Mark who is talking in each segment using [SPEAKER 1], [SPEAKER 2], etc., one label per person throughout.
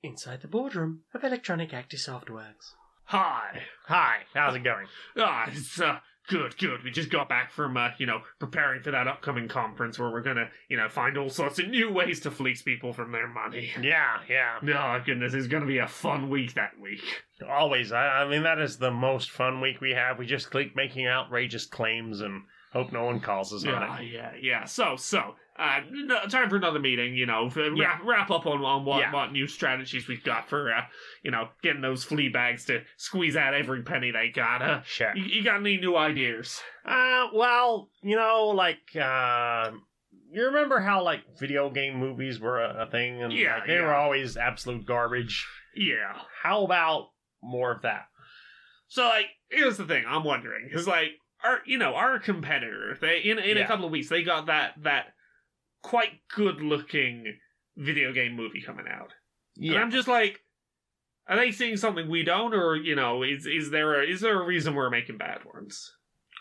[SPEAKER 1] Inside the boardroom of Electronic Acti Softworks.
[SPEAKER 2] Hi.
[SPEAKER 3] Hi, how's it going?
[SPEAKER 2] Ah, it's uh, good, good. We just got back from, uh, you know, preparing for that upcoming conference where we're gonna, you know, find all sorts of new ways to fleece people from their money.
[SPEAKER 3] Yeah, yeah.
[SPEAKER 2] Oh, goodness, it's gonna be a fun week that week.
[SPEAKER 3] Always. I, I mean, that is the most fun week we have. We just keep making outrageous claims and hope no one calls us
[SPEAKER 2] Yeah,
[SPEAKER 3] on it.
[SPEAKER 2] Ah, yeah, yeah. So, so, uh, no, time for another meeting. You know, for wrap, wrap up on, on what,
[SPEAKER 3] Yeah.
[SPEAKER 2] what new strategies we've got for, uh, you know, getting those flea bags to squeeze out every penny they got. Uh,
[SPEAKER 3] Sure.
[SPEAKER 2] you, you got any new ideas?
[SPEAKER 3] Uh, well, you know, like, uh, you remember how, like, video game movies were a, a thing? And,
[SPEAKER 2] Yeah,
[SPEAKER 3] like, they
[SPEAKER 2] yeah.
[SPEAKER 3] were always absolute garbage.
[SPEAKER 2] Yeah.
[SPEAKER 3] How about more of that?
[SPEAKER 2] So like, here's the thing I'm wondering is like, our you know our competitor they in in
[SPEAKER 3] Yeah.
[SPEAKER 2] a couple of weeks they got that that quite good looking video game movie coming out. And I'm just like, are they seeing something we don't, or you know, is is there a, is there a reason we're making bad ones?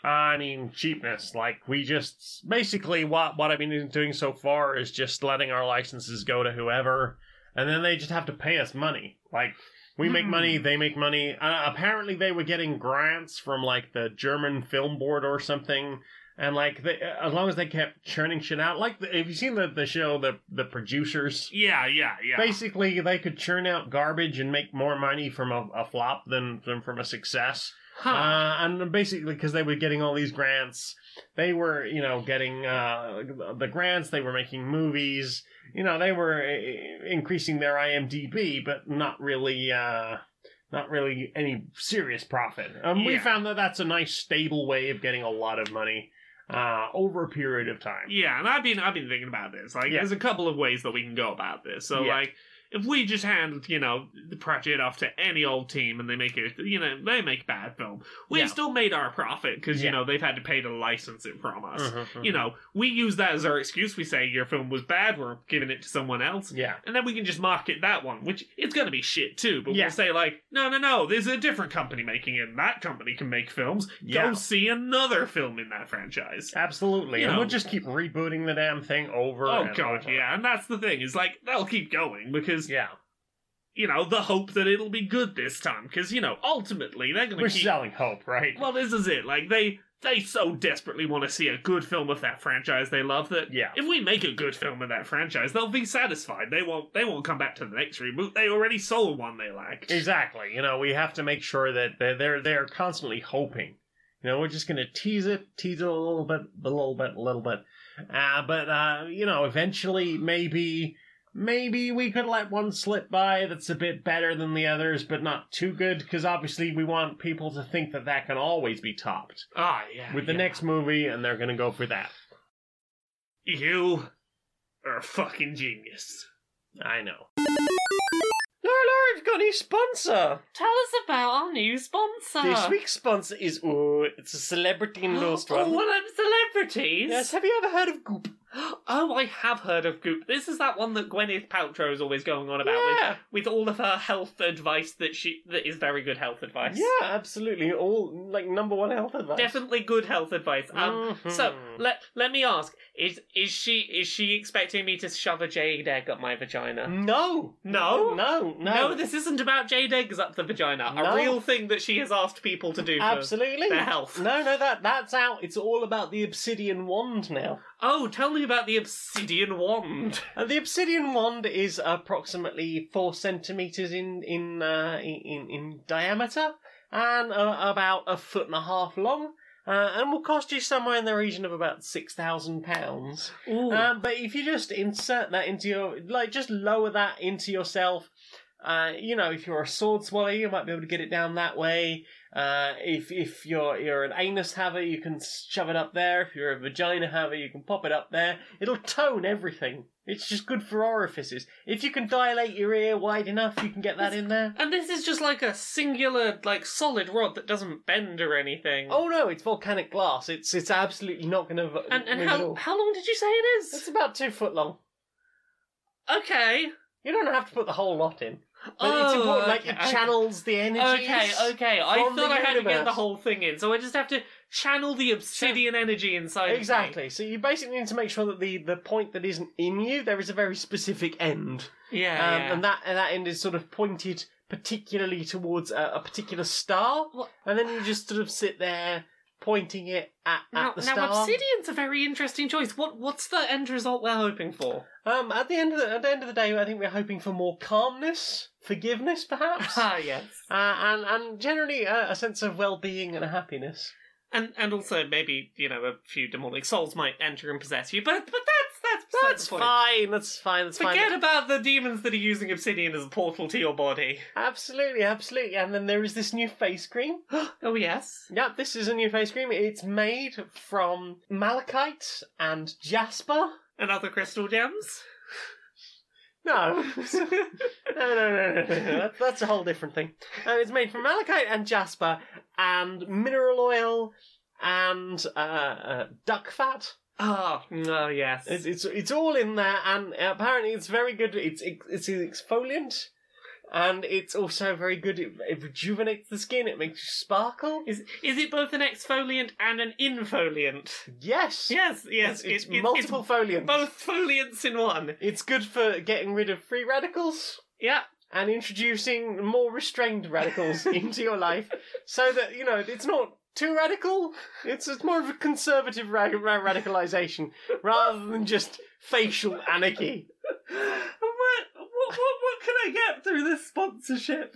[SPEAKER 3] I mean, cheapness. Like, we just basically what what I've been doing so far is just letting our licenses go to whoever, and then they just have to pay us money. Like, we make
[SPEAKER 2] Hmm.
[SPEAKER 3] money, they make money. Uh, apparently, they were getting grants from like the German film board or something. And like, they, uh, as long as they kept churning shit out, like, the, have you seen the the show the the producers?
[SPEAKER 2] Yeah, yeah, yeah.
[SPEAKER 3] Basically, they could churn out garbage and make more money from a, a flop than, than from a success.
[SPEAKER 2] Huh.
[SPEAKER 3] Uh, and basically, because they were getting all these grants, they were, you know, getting uh, the grants, they were making movies, you know, they were uh, increasing their IMDb, but not really, uh, not really any serious profit. Um, We
[SPEAKER 2] Yeah.
[SPEAKER 3] found that that's a nice, stable way of getting a lot of money uh, over a period of time.
[SPEAKER 2] yeah, and I've been I've been thinking about this. Like,
[SPEAKER 3] Yeah.
[SPEAKER 2] there's a couple of ways that we can go about this. So
[SPEAKER 3] Yeah.
[SPEAKER 2] like. If we just hand, you know, the project off to any old team and they make it, you know, they make bad film, we've
[SPEAKER 3] Yeah.
[SPEAKER 2] still made our profit because, you
[SPEAKER 3] Yeah.
[SPEAKER 2] know, they've had to pay to license it from us.
[SPEAKER 3] Mhm,
[SPEAKER 2] You know, we use that as our excuse. We say your film was bad, we're giving it to someone else.
[SPEAKER 3] yeah.
[SPEAKER 2] And then we can just market that one, which it's going to be shit too. But
[SPEAKER 3] Yeah.
[SPEAKER 2] we'll say like, no, no, no. There's a different company making it. and That company can make films.
[SPEAKER 3] Yeah.
[SPEAKER 2] Go see another film in that franchise.
[SPEAKER 3] Absolutely.
[SPEAKER 2] You
[SPEAKER 3] and
[SPEAKER 2] know.
[SPEAKER 3] we'll just keep rebooting the damn thing over
[SPEAKER 2] Oh
[SPEAKER 3] and
[SPEAKER 2] god,
[SPEAKER 3] over.
[SPEAKER 2] yeah. And that's the thing is like they'll keep going because
[SPEAKER 3] Yeah.
[SPEAKER 2] you know the hope that it'll be good this time. Because you know ultimately they're going
[SPEAKER 3] We're
[SPEAKER 2] to keep.
[SPEAKER 3] selling hope, right?
[SPEAKER 2] Well, this is it. Like they they so desperately want to see a good film of that franchise they love that
[SPEAKER 3] yeah.
[SPEAKER 2] If we make a good film of that franchise, they'll be satisfied. They won't. They won't come back to the next reboot. They already saw one they liked.
[SPEAKER 3] Exactly. You know, we have to make sure that they're they're, they're constantly hoping. You know, we're just going to tease it, tease it a little bit, a little bit, a little bit. Uh, but uh, you know, eventually, maybe, maybe we could let one slip by that's a bit better than the others, but not too good, because obviously we want people to think that that can always be topped
[SPEAKER 2] Ah, yeah.
[SPEAKER 3] with the
[SPEAKER 2] yeah.
[SPEAKER 3] next movie, and they're going to go for that.
[SPEAKER 2] you are a fucking genius.
[SPEAKER 3] I know. Laura, Laura, we've got a new sponsor.
[SPEAKER 4] Tell us about our new sponsor.
[SPEAKER 2] Uh-huh.
[SPEAKER 3] This week's sponsor is ooh, it's a celebrity in
[SPEAKER 4] Oh, one of them celebrities.
[SPEAKER 3] Yes, have you ever heard of Goop?
[SPEAKER 2] Oh, I have heard of Goop. This is that one that Gwyneth Paltrow is always going on about
[SPEAKER 3] yeah,
[SPEAKER 2] with, with all of her health advice that she that is very good health advice.
[SPEAKER 3] yeah, absolutely. All like number one health advice.
[SPEAKER 2] Definitely good health advice. Um, So
[SPEAKER 3] Mhm.
[SPEAKER 2] let let me ask: Is is she is she expecting me to shove a jade egg up my vagina?
[SPEAKER 3] Mm-hmm. no,
[SPEAKER 2] No?
[SPEAKER 3] no, no,
[SPEAKER 2] No, this isn't about jade eggs up the vagina.
[SPEAKER 3] No.
[SPEAKER 2] A real thing that she has asked people to do. For...
[SPEAKER 3] absolutely
[SPEAKER 2] their health.
[SPEAKER 3] No, no, that that's out. It's all about the obsidian wand now.
[SPEAKER 2] Oh, tell me about the obsidian wand.
[SPEAKER 3] And the obsidian wand is approximately four centimeters in in uh, in, in diameter and uh, about a foot and a half long. Uh, and will cost you somewhere in the region of about six thousand pounds.
[SPEAKER 2] Ooh.
[SPEAKER 3] Um, but if you just insert that into your, like, just lower that into yourself. Uh, you know, if you're a sword swallower, you might be able to get it down that way. Uh, if if you're you're an anus haver, you can shove it up there. If you're a vagina haver, you can pop it up there. It'll tone everything. It's just good for orifices. If you can dilate your ear wide enough, you can get that in there.
[SPEAKER 2] and this is just like a singular, like solid rod that doesn't bend or anything.
[SPEAKER 3] Oh no, it's volcanic glass. It's it's absolutely not going to.
[SPEAKER 2] and and how how long did you say it
[SPEAKER 3] It's
[SPEAKER 2] is?
[SPEAKER 3] about two foot long.
[SPEAKER 2] Okay.
[SPEAKER 3] You don't have to put the whole lot in. But it's
[SPEAKER 2] Oh,
[SPEAKER 3] important, like
[SPEAKER 2] okay.
[SPEAKER 3] it channels the energy.
[SPEAKER 2] Okay, okay. I
[SPEAKER 3] from
[SPEAKER 2] thought
[SPEAKER 3] the
[SPEAKER 2] I had to get the
[SPEAKER 3] universe.
[SPEAKER 2] whole thing in, so I just have to channel the obsidian energy inside. of me.
[SPEAKER 3] Exactly. So you basically need to make sure that the, the point that isn't in you, there is a very specific end, um,
[SPEAKER 2] Yeah. yeah.
[SPEAKER 3] and that and that end is sort of pointed particularly towards a, a particular star,
[SPEAKER 2] What-
[SPEAKER 3] and then you just sort of sit there pointing it at,
[SPEAKER 2] now,
[SPEAKER 3] at the
[SPEAKER 2] now
[SPEAKER 3] star.
[SPEAKER 2] obsidian's a very interesting choice. What what's the end result we're hoping for?
[SPEAKER 3] Um, at the end of the at the end of the day, I think we're hoping for more calmness, forgiveness, perhaps, uh,
[SPEAKER 2] Ah, yes.
[SPEAKER 3] and and generally uh, a sense of well being and happiness.
[SPEAKER 2] And and also maybe you know a few demonic souls might enter and possess you, but but that's that's beside
[SPEAKER 3] That's
[SPEAKER 2] the point.
[SPEAKER 3] fine. That's fine. That's fine.
[SPEAKER 2] Forget about the demons that are using obsidian as a portal to your body.
[SPEAKER 3] Absolutely, absolutely. And then there is this new face cream.
[SPEAKER 2] Oh yes.
[SPEAKER 3] Yeah, this is a new face cream. It's made from malachite and jasper.
[SPEAKER 2] And other crystal gems.
[SPEAKER 3] No, no, no, no, no, no. That, that's a whole different thing. Uh, it's made from malachite and jasper and mineral oil and uh, uh, duck fat.
[SPEAKER 2] Oh, oh yes.
[SPEAKER 3] It's, it's it's all in there, and apparently it's very good. It's it's an exfoliant, and it's also very good. It, it rejuvenates the skin. It makes you sparkle.
[SPEAKER 2] Is is it both an exfoliant and an infoliant?
[SPEAKER 3] Yes,
[SPEAKER 2] Yes, yes,
[SPEAKER 3] It's, it's
[SPEAKER 2] it- it-
[SPEAKER 3] multiple foliants.
[SPEAKER 2] it's both foliants in one.
[SPEAKER 3] It's good for getting rid of free radicals
[SPEAKER 2] Yeah,
[SPEAKER 3] and introducing more restrained radicals into your life, so that you know it's not too radical. It's it's more of a conservative ra- ra- radicalization rather than just facial anarchy.
[SPEAKER 2] what, what, what, what can I get through this sponsorship?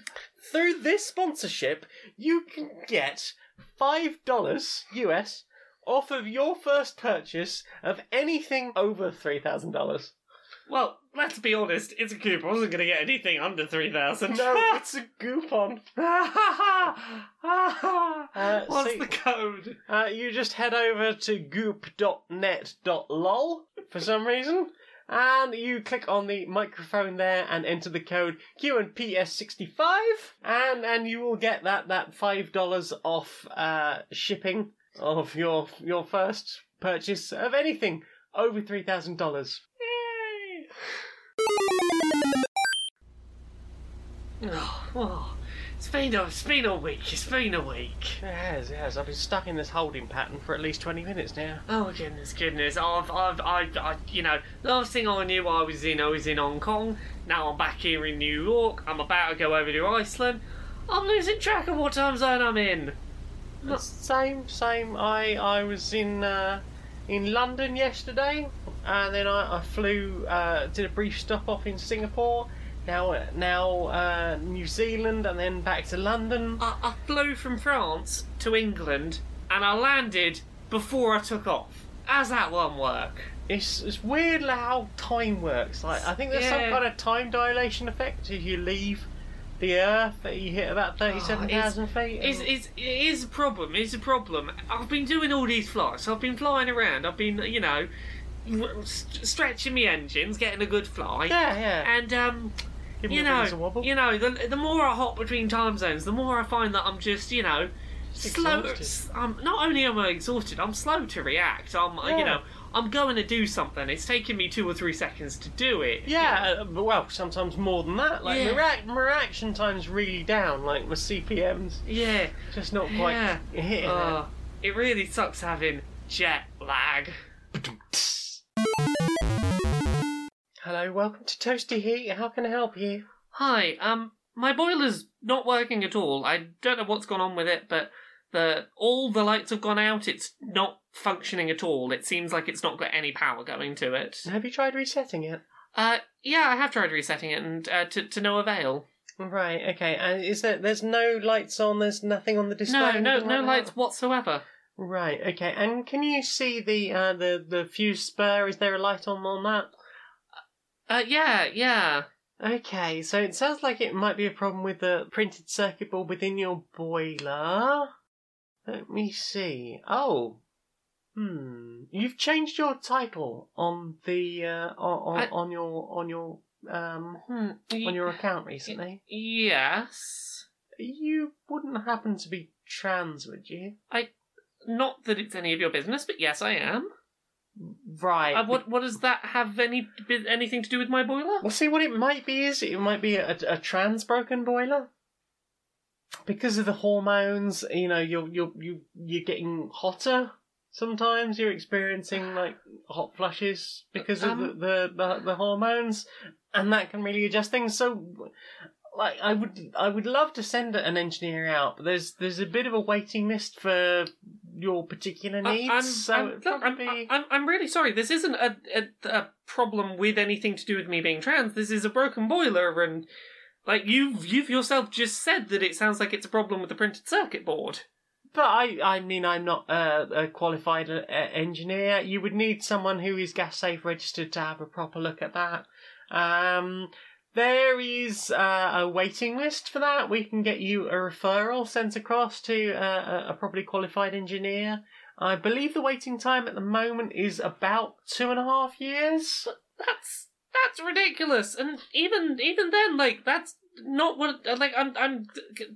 [SPEAKER 3] Through this sponsorship, you can get five dollars US off of your first purchase of anything over three thousand dollars.
[SPEAKER 2] Well, let's be honest, it's a coupon. I wasn't going to get anything under 3,000.
[SPEAKER 3] No, it's a coupon. Uh,
[SPEAKER 2] What's
[SPEAKER 3] so-
[SPEAKER 2] the code?
[SPEAKER 3] Uh, you just head over to goop.net.lol for some reason, and you click on the microphone there and enter the code QNPS65, and and you will get that that five dollars off uh, shipping of your your first purchase of anything over three thousand dollars.
[SPEAKER 2] Oh, oh, it's been a, it's been a week. It's been a week.
[SPEAKER 3] Yes, yes, I've been stuck in this holding pattern for at least twenty minutes now.
[SPEAKER 2] Oh goodness, goodness! I've, I've, I, I, you know, last thing I knew, I was in, I was in Hong Kong. Now I'm back here in New York. I'm about to go over to Iceland. I'm losing track of what time zone I'm in. Look.
[SPEAKER 3] Same, same. I I was in uh, in London yesterday, and then I, I flew uh, did a brief stop off in Singapore. Now uh, now uh, New Zealand, and then back to London.
[SPEAKER 2] I, I flew from France to England, and I landed before I took off. How's that one work?
[SPEAKER 3] It's it's weird how time works. Like I think there's
[SPEAKER 2] Yeah.
[SPEAKER 3] some kind of time dilation effect if you leave the Earth that you hit about thirty-seven thousand feet. and-
[SPEAKER 2] Oh, It's, it's, it is a problem. It's a problem. I've been doing all these flights. I've been flying around. I've been, you know, r- st- stretching my engines, getting a good fly.
[SPEAKER 3] yeah, yeah.
[SPEAKER 2] And um,
[SPEAKER 3] Give
[SPEAKER 2] you
[SPEAKER 3] me the wings a
[SPEAKER 2] know,
[SPEAKER 3] wobble.
[SPEAKER 2] you know, the, the more I hop between time zones, the more I find that I'm just, you know, slow.
[SPEAKER 3] exhausted.
[SPEAKER 2] s- I'm not only am I exhausted, I'm slow to react. I'm, uh, you
[SPEAKER 3] Yeah.
[SPEAKER 2] know, I'm going to do something. It's taking me two or three seconds to do it.
[SPEAKER 3] Yeah, uh, but, well, sometimes more than that. Like,
[SPEAKER 2] Yeah.
[SPEAKER 3] my, reac- my reaction time's really down. Like, my CPM's
[SPEAKER 2] Yeah.
[SPEAKER 3] just not quite
[SPEAKER 2] Yeah.
[SPEAKER 3] hitting
[SPEAKER 2] Oh, it really sucks having jet lag.
[SPEAKER 3] it. Hello, welcome to Toasty Heat. How can I help you?
[SPEAKER 2] Hi, um, my boiler's not working at all. I don't know what's gone on with it, but the all the lights have gone out. It's not functioning at all. It seems like it's not got any power going to it.
[SPEAKER 3] Have you tried resetting it?
[SPEAKER 2] Uh, yeah, I have tried resetting it, and uh, to to no avail.
[SPEAKER 3] Right, okay. And is there? There's no lights on. There's nothing on the display.
[SPEAKER 2] No,
[SPEAKER 3] anything
[SPEAKER 2] no,
[SPEAKER 3] like
[SPEAKER 2] no
[SPEAKER 3] that?
[SPEAKER 2] lights whatsoever.
[SPEAKER 3] Right, okay. And can you see the uh, the the fuse spur? Is there a light on on that?
[SPEAKER 2] Uh, yeah, yeah.
[SPEAKER 3] Okay, so it sounds like it might be a problem with the printed circuit board within your boiler. Let me see. Oh, hmm. You've changed your title on the uh, on on,
[SPEAKER 2] I-
[SPEAKER 3] on your on your um
[SPEAKER 2] Hmm. y-
[SPEAKER 3] on your account recently.
[SPEAKER 2] yes.
[SPEAKER 3] You wouldn't happen to be trans, would you?
[SPEAKER 2] Not that it's any of your business, but yes, I am.
[SPEAKER 3] Right.
[SPEAKER 2] Uh, what what does that have any bit- anything to do with my boiler?
[SPEAKER 3] Well, see, what it might be is it might be a, a trans broken boiler because of the hormones. You know, you're you're you you're getting hotter. Sometimes you're experiencing like hot flushes because of
[SPEAKER 2] Um,
[SPEAKER 3] the, the, the the hormones, and that can really adjust things. So, like, I would I would love to send an engineer out, but there's there's a bit of a waiting list for your particular
[SPEAKER 2] I-
[SPEAKER 3] needs.
[SPEAKER 2] I'm-
[SPEAKER 3] so
[SPEAKER 2] I'm-
[SPEAKER 3] it'd
[SPEAKER 2] look, I'm-
[SPEAKER 3] probably be-
[SPEAKER 2] I'm, I'm really sorry. This isn't a, a, a problem with anything to do with me being trans. This is a broken boiler, and like you've you've yourself just said that it sounds like it's a problem with the printed circuit board.
[SPEAKER 3] But I, I mean, I'm not uh, a qualified uh, engineer. You would need someone who is gas safe registered to have a proper look at that. Um, there is uh, a waiting list for that. We can get you a referral sent across to uh, a- a properly qualified engineer. I believe the waiting time at the moment is about two and a half years.
[SPEAKER 2] That's that's ridiculous. And even even then, like that's not what like I'm I'm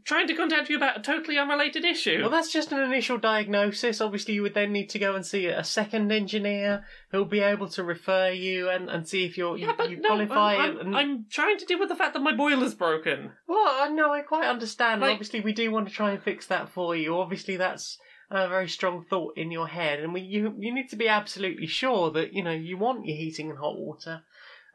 [SPEAKER 2] trying to contact you about a totally unrelated issue.
[SPEAKER 3] Well, that's just an initial diagnosis. Obviously, you would then need to go and see a second engineer who'll be able to refer you and, and see if you're,
[SPEAKER 2] yeah, but
[SPEAKER 3] you, you
[SPEAKER 2] no,
[SPEAKER 3] qualify.
[SPEAKER 2] I'm, I'm,
[SPEAKER 3] and...
[SPEAKER 2] I'm trying to deal with the fact that my boiler's broken.
[SPEAKER 3] Well, I know, I quite understand. and
[SPEAKER 2] Like-
[SPEAKER 3] obviously, we do want to try and fix that for you. Obviously, that's a very strong thought in your head, and we you you need to be absolutely sure that you know you want your heating and hot water.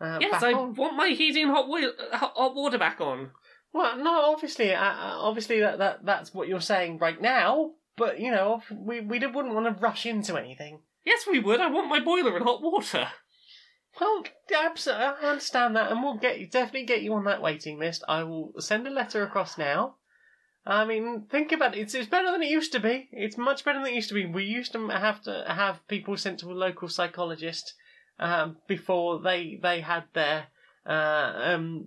[SPEAKER 3] Uh,
[SPEAKER 2] Yes,
[SPEAKER 3] back
[SPEAKER 2] I
[SPEAKER 3] on.
[SPEAKER 2] want my heating and hot, wheel, hot hot water back on.
[SPEAKER 3] Well, no, obviously, uh, uh, obviously that, that that's what you're saying right now. But you know, we we don't- wouldn't want to rush into anything.
[SPEAKER 2] Yes, we would. I want my boiler and hot water.
[SPEAKER 3] Well, absolutely, I understand that, and we'll get you definitely get you on that waiting list. I will send a letter across now. I mean, think about it. It's, it's better than it used to be. It's much better than it used to be. We used to have to have people sent to a local psychologist um, before they they had their uh, um,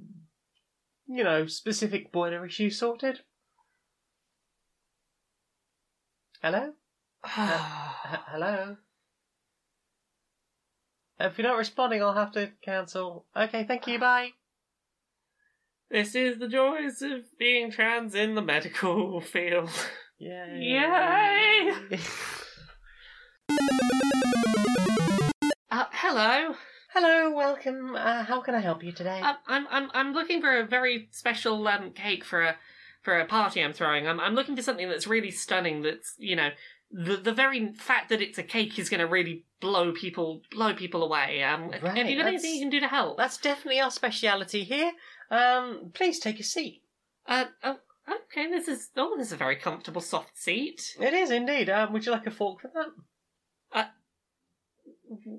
[SPEAKER 3] you know specific boiler issue sorted. Hello.
[SPEAKER 2] Uh,
[SPEAKER 3] H- Hello. If you're not responding, I'll have to cancel. Okay, thank you. Bye.
[SPEAKER 2] this is the joys of being trans in the medical field.
[SPEAKER 3] Yay.
[SPEAKER 2] Yay! Uh, hello.
[SPEAKER 3] Hello, welcome. Uh, how can I help you today?
[SPEAKER 2] Um, I'm I'm I'm looking for a very special um cake for a for a party I'm throwing. I'm I'm looking for something that's really stunning. That's you know the the very fact that it's a cake is going to really blow people blow people away. Um,
[SPEAKER 3] Right,
[SPEAKER 2] have you got
[SPEAKER 3] that's-
[SPEAKER 2] anything you can do to help?
[SPEAKER 3] That's definitely our speciality here. Um, please take a seat.
[SPEAKER 2] Uh, oh, okay. This is oh, this is a very comfortable soft seat.
[SPEAKER 3] It is indeed. Um, would you like a fork for that?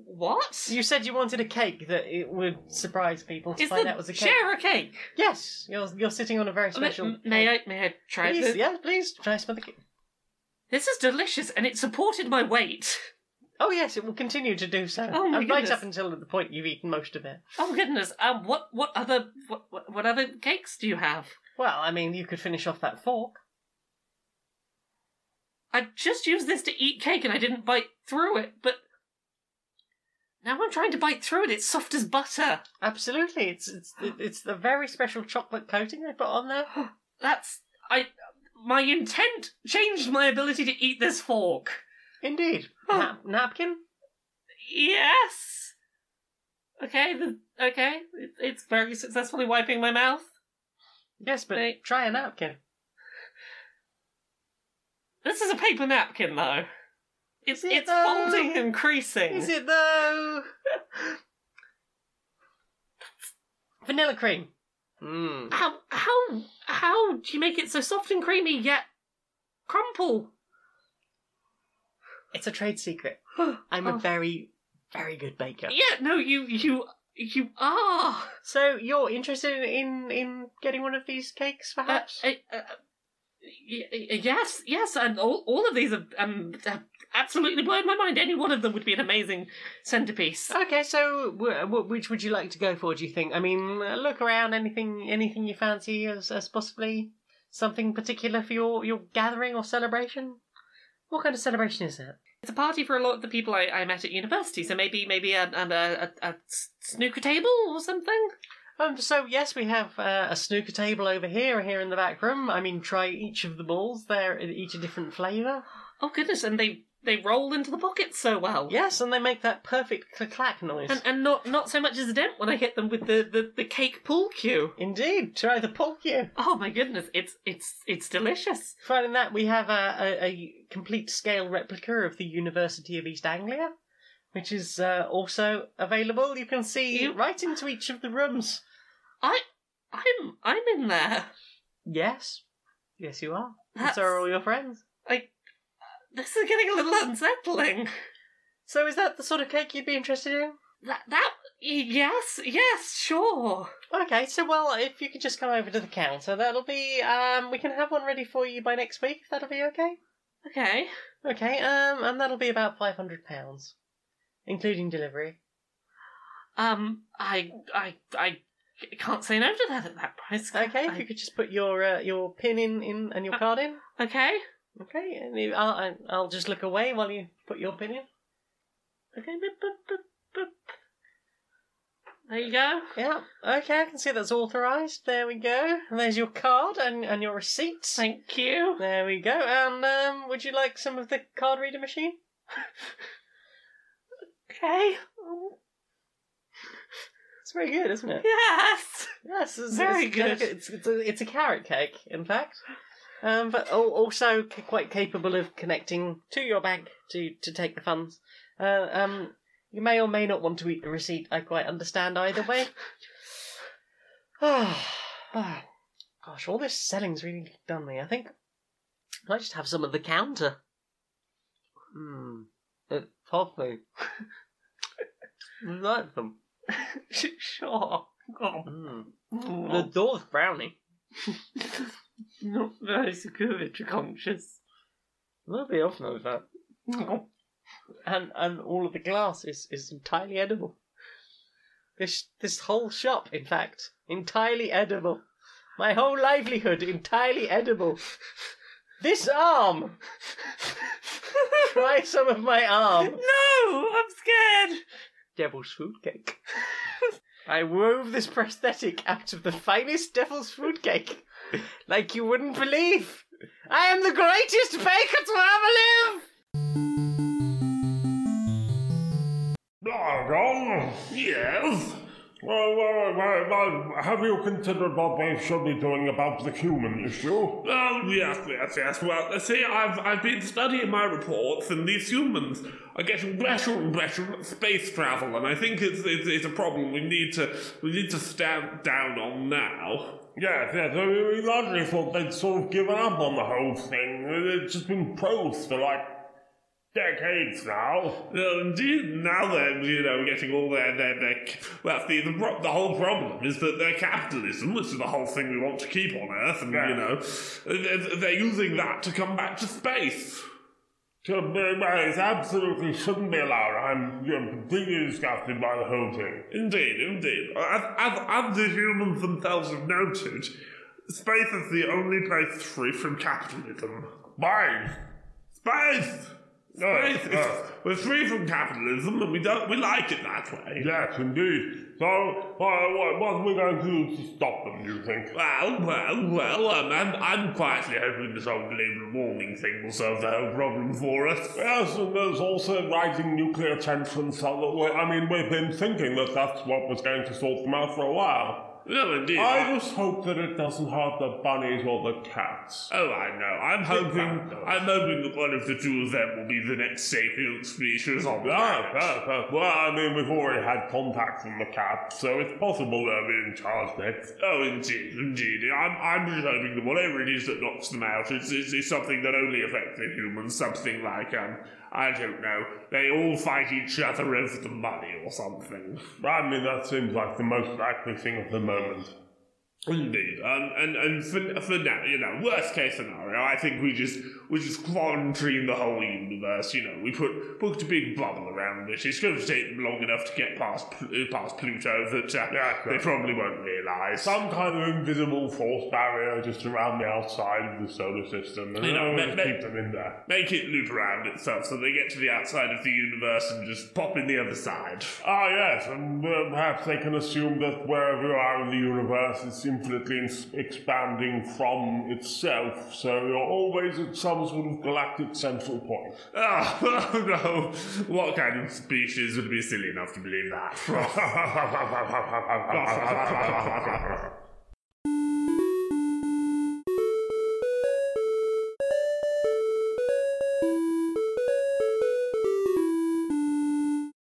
[SPEAKER 2] What?
[SPEAKER 3] You said you wanted a cake that it would surprise people to
[SPEAKER 2] Is
[SPEAKER 3] find
[SPEAKER 2] the
[SPEAKER 3] out was a cake.
[SPEAKER 2] chair a cake?
[SPEAKER 3] Yes, you're you're sitting on a very special.
[SPEAKER 2] M- May I may I try
[SPEAKER 3] Please,
[SPEAKER 2] this?
[SPEAKER 3] yeah, please try some of the cake.
[SPEAKER 2] This is delicious, and it supported my weight.
[SPEAKER 3] Oh yes, it will continue to do so.
[SPEAKER 2] Oh, my
[SPEAKER 3] and right
[SPEAKER 2] goodness.
[SPEAKER 3] up until the point you've eaten most of it.
[SPEAKER 2] Oh goodness! Um, what what other what what what other cakes do you have?
[SPEAKER 3] Well, I mean, you could finish off that fork.
[SPEAKER 2] I just used this to eat cake and I didn't bite through it, but now I'm trying to bite through it. It's soft as butter.
[SPEAKER 3] Absolutely, it's it's it's the very special chocolate coating they put on there.
[SPEAKER 2] That's I. My intent changed my ability to eat this fork.
[SPEAKER 3] Indeed,
[SPEAKER 2] Oh.
[SPEAKER 3] Nap- napkin.
[SPEAKER 2] Yes. Okay. The, okay. It, it's very successfully wiping my mouth.
[SPEAKER 3] Yes, but
[SPEAKER 2] Right.
[SPEAKER 3] try a napkin.
[SPEAKER 2] This is a paper napkin though. It's
[SPEAKER 3] Is it
[SPEAKER 2] it's
[SPEAKER 3] though?
[SPEAKER 2] folding and creasing.
[SPEAKER 3] Is it though? Vanilla cream. Mmm.
[SPEAKER 2] How how how do you make it so soft and creamy yet crumple?
[SPEAKER 3] It's a trade secret. I'm a
[SPEAKER 2] Oh.
[SPEAKER 3] very, very good baker.
[SPEAKER 2] Yeah, no, you you you are.
[SPEAKER 3] So you're interested in in getting one of these cakes,
[SPEAKER 2] Uh,
[SPEAKER 3] perhaps?
[SPEAKER 2] uh, uh, y- y- yes, yes, and all all of these have um have absolutely blown my mind. Any one of them would be an amazing centerpiece.
[SPEAKER 3] Okay, so wh- wh- which would you like to go for? Do you think? I mean, uh, look around. Anything, anything you fancy as, as possibly something particular for your your gathering or celebration? What kind of celebration is that?
[SPEAKER 2] It's a party for a lot of the people I, I met at university, so maybe maybe a a, a, a, a s- snooker table or something.
[SPEAKER 3] Um, so yes, we have uh, a snooker table over here, here in the back room. I mean, try each of the balls. They're each a different flavour.
[SPEAKER 2] Oh goodness, and they they roll into the pockets so well.
[SPEAKER 3] Yes, and they make that perfect click clack noise.
[SPEAKER 2] And, and not not so much as a dent when I hit them with the, the, the cake pull cue.
[SPEAKER 3] Indeed, try the pull you.
[SPEAKER 2] Oh my goodness, it's it's it's delicious.
[SPEAKER 3] Following that, we have a, a, a complete scale replica of the University of East Anglia, which is uh, also available. You can see
[SPEAKER 2] You-
[SPEAKER 3] right into each of the rooms.
[SPEAKER 2] I I'm I'm in there.
[SPEAKER 3] Yes. Yes, you are. And
[SPEAKER 2] That's-
[SPEAKER 3] so are all your friends.
[SPEAKER 2] This is getting a little unsettling.
[SPEAKER 3] So is that the sort of cake you'd be interested in?
[SPEAKER 2] That that yes yes sure.
[SPEAKER 3] Okay, so well, if you could just come over to the counter, that'll be um we can have one ready for you by next week, if that'll be okay.
[SPEAKER 2] Okay.
[SPEAKER 3] Okay, um and that'll be about five hundred pounds. Including delivery.
[SPEAKER 2] Um I I I can't say no to that at that price.
[SPEAKER 3] Okay, if you
[SPEAKER 2] I-
[SPEAKER 3] could just put your uh, your pin in, in and your card in.
[SPEAKER 2] okay.
[SPEAKER 3] Okay, and if- I'll I- I'll just look away while you put your pin in.
[SPEAKER 2] Okay. Boop, boop, boop, boop. There you go.
[SPEAKER 3] Yeah. Okay, I can see that's authorized. There we go. And there's your card and and your receipts.
[SPEAKER 2] Thank you.
[SPEAKER 3] There we go. And um, would you like some of the card reader machine?
[SPEAKER 2] Okay.
[SPEAKER 3] It's very good, isn't it?
[SPEAKER 2] Yes.
[SPEAKER 3] Yes, it's
[SPEAKER 2] Very
[SPEAKER 3] it's
[SPEAKER 2] good.
[SPEAKER 3] It's, it's, a, it's a carrot cake, in fact. Um, but al- also c- quite capable of connecting to your bank to, to take the funds. Uh, um, you may or may not want to eat the receipt. I quite understand either way. Ah, Gosh, all this selling's really done me. I think I might just have some of the counter. Hmm, it's toffee. like them.
[SPEAKER 2] sure. Oh,
[SPEAKER 3] Mm. The door's brownie.
[SPEAKER 2] not very security conscious.
[SPEAKER 3] Nobody else knows that.
[SPEAKER 2] Oh,
[SPEAKER 3] and and all of the glass is, is entirely edible. This this whole shop, in fact, entirely edible. My whole livelihood entirely edible. This arm. Try some of my arm.
[SPEAKER 2] no, I'm scared.
[SPEAKER 3] Devil's food cake. I wove this prosthetic out of the finest devil's food cake, like you wouldn't believe. I am the greatest baker to ever live.
[SPEAKER 5] Yes. Well, well, well, well, have you considered what they should be doing about the human issue?
[SPEAKER 6] Oh, yes, yes, yes. Well, see, I've, I've been studying my reports, and these humans are getting better and better at space travel, and I think it's, it's, it's a problem we need to we need to stamp down on now.
[SPEAKER 5] Yes, yes, I mean, we largely thought they'd sort of given up on the whole thing. It's just been pros for like decades now.
[SPEAKER 6] Well, indeed, now they're, you know, getting all their, their, their c- well, the, the, pro- the whole problem is that their capitalism, which is the whole thing we want to keep on Earth, and, you
[SPEAKER 5] Yeah.
[SPEAKER 6] know, they're, they're using that to come back to space.
[SPEAKER 5] To be- well, It absolutely shouldn't be allowed. I'm you know, completely disgusted by the whole thing.
[SPEAKER 6] Indeed, indeed. As, as, as the humans themselves have noted, space is the only place free from capitalism.
[SPEAKER 5] Mine.
[SPEAKER 6] Space!
[SPEAKER 5] Yes,
[SPEAKER 6] Space!
[SPEAKER 5] yes.
[SPEAKER 6] is, we're free from capitalism and we don't we like it that way.
[SPEAKER 5] Yes, indeed. So, uh, what, what are we going to do to stop them, do you think?
[SPEAKER 6] Well, well, well, um, I'm, I'm quietly hoping this whole global warming thing will solve the whole problem for us.
[SPEAKER 5] Yes, and there's also rising nuclear tension. So that we, I mean, we've been thinking that that's what was going to sort them out for a while.
[SPEAKER 6] Well, indeed.
[SPEAKER 5] I just hope that it doesn't hurt the bunnies or the cats.
[SPEAKER 6] Oh, I know. I'm hoping.
[SPEAKER 5] Good.
[SPEAKER 6] I'm hoping that one of the two of them will be the next sapient species on the
[SPEAKER 5] Ah,
[SPEAKER 6] planet.
[SPEAKER 5] yes, yes. Well, I mean, we've already had contact from the cats, so it's possible they'll be in charge next.
[SPEAKER 6] Oh, indeed, indeed. I'm, I'm just hoping that whatever it is that knocks them out is, is, is something that only affects the humans. Something like, um, I don't know, they all fight each other over the money or something.
[SPEAKER 5] I mean, that seems like the most likely thing at the moment.
[SPEAKER 6] Indeed. Um, and and for, for now, you know, worst case scenario, I think we just we just quarantine the whole universe. You know, we put put a big bubble around it. It's going to take them long enough to get past Pl- uh, past Pluto that uh,
[SPEAKER 5] Yeah,
[SPEAKER 6] they
[SPEAKER 5] yeah.
[SPEAKER 6] probably won't realise.
[SPEAKER 5] Some kind of invisible force barrier just around the outside of the solar system, and
[SPEAKER 6] You
[SPEAKER 5] you
[SPEAKER 6] know,
[SPEAKER 5] know,
[SPEAKER 6] ma- ma-
[SPEAKER 5] keep them in there.
[SPEAKER 6] Make it loop around itself so they get to the outside of the universe and just pop in the other side.
[SPEAKER 5] Ah, yes, and uh, perhaps they can assume that wherever you are in the universe, it's infinitely ins- expanding from itself, so you're always at some
[SPEAKER 7] some sort of galactic central point.
[SPEAKER 6] Oh, no. What kind of species would be silly enough to believe that?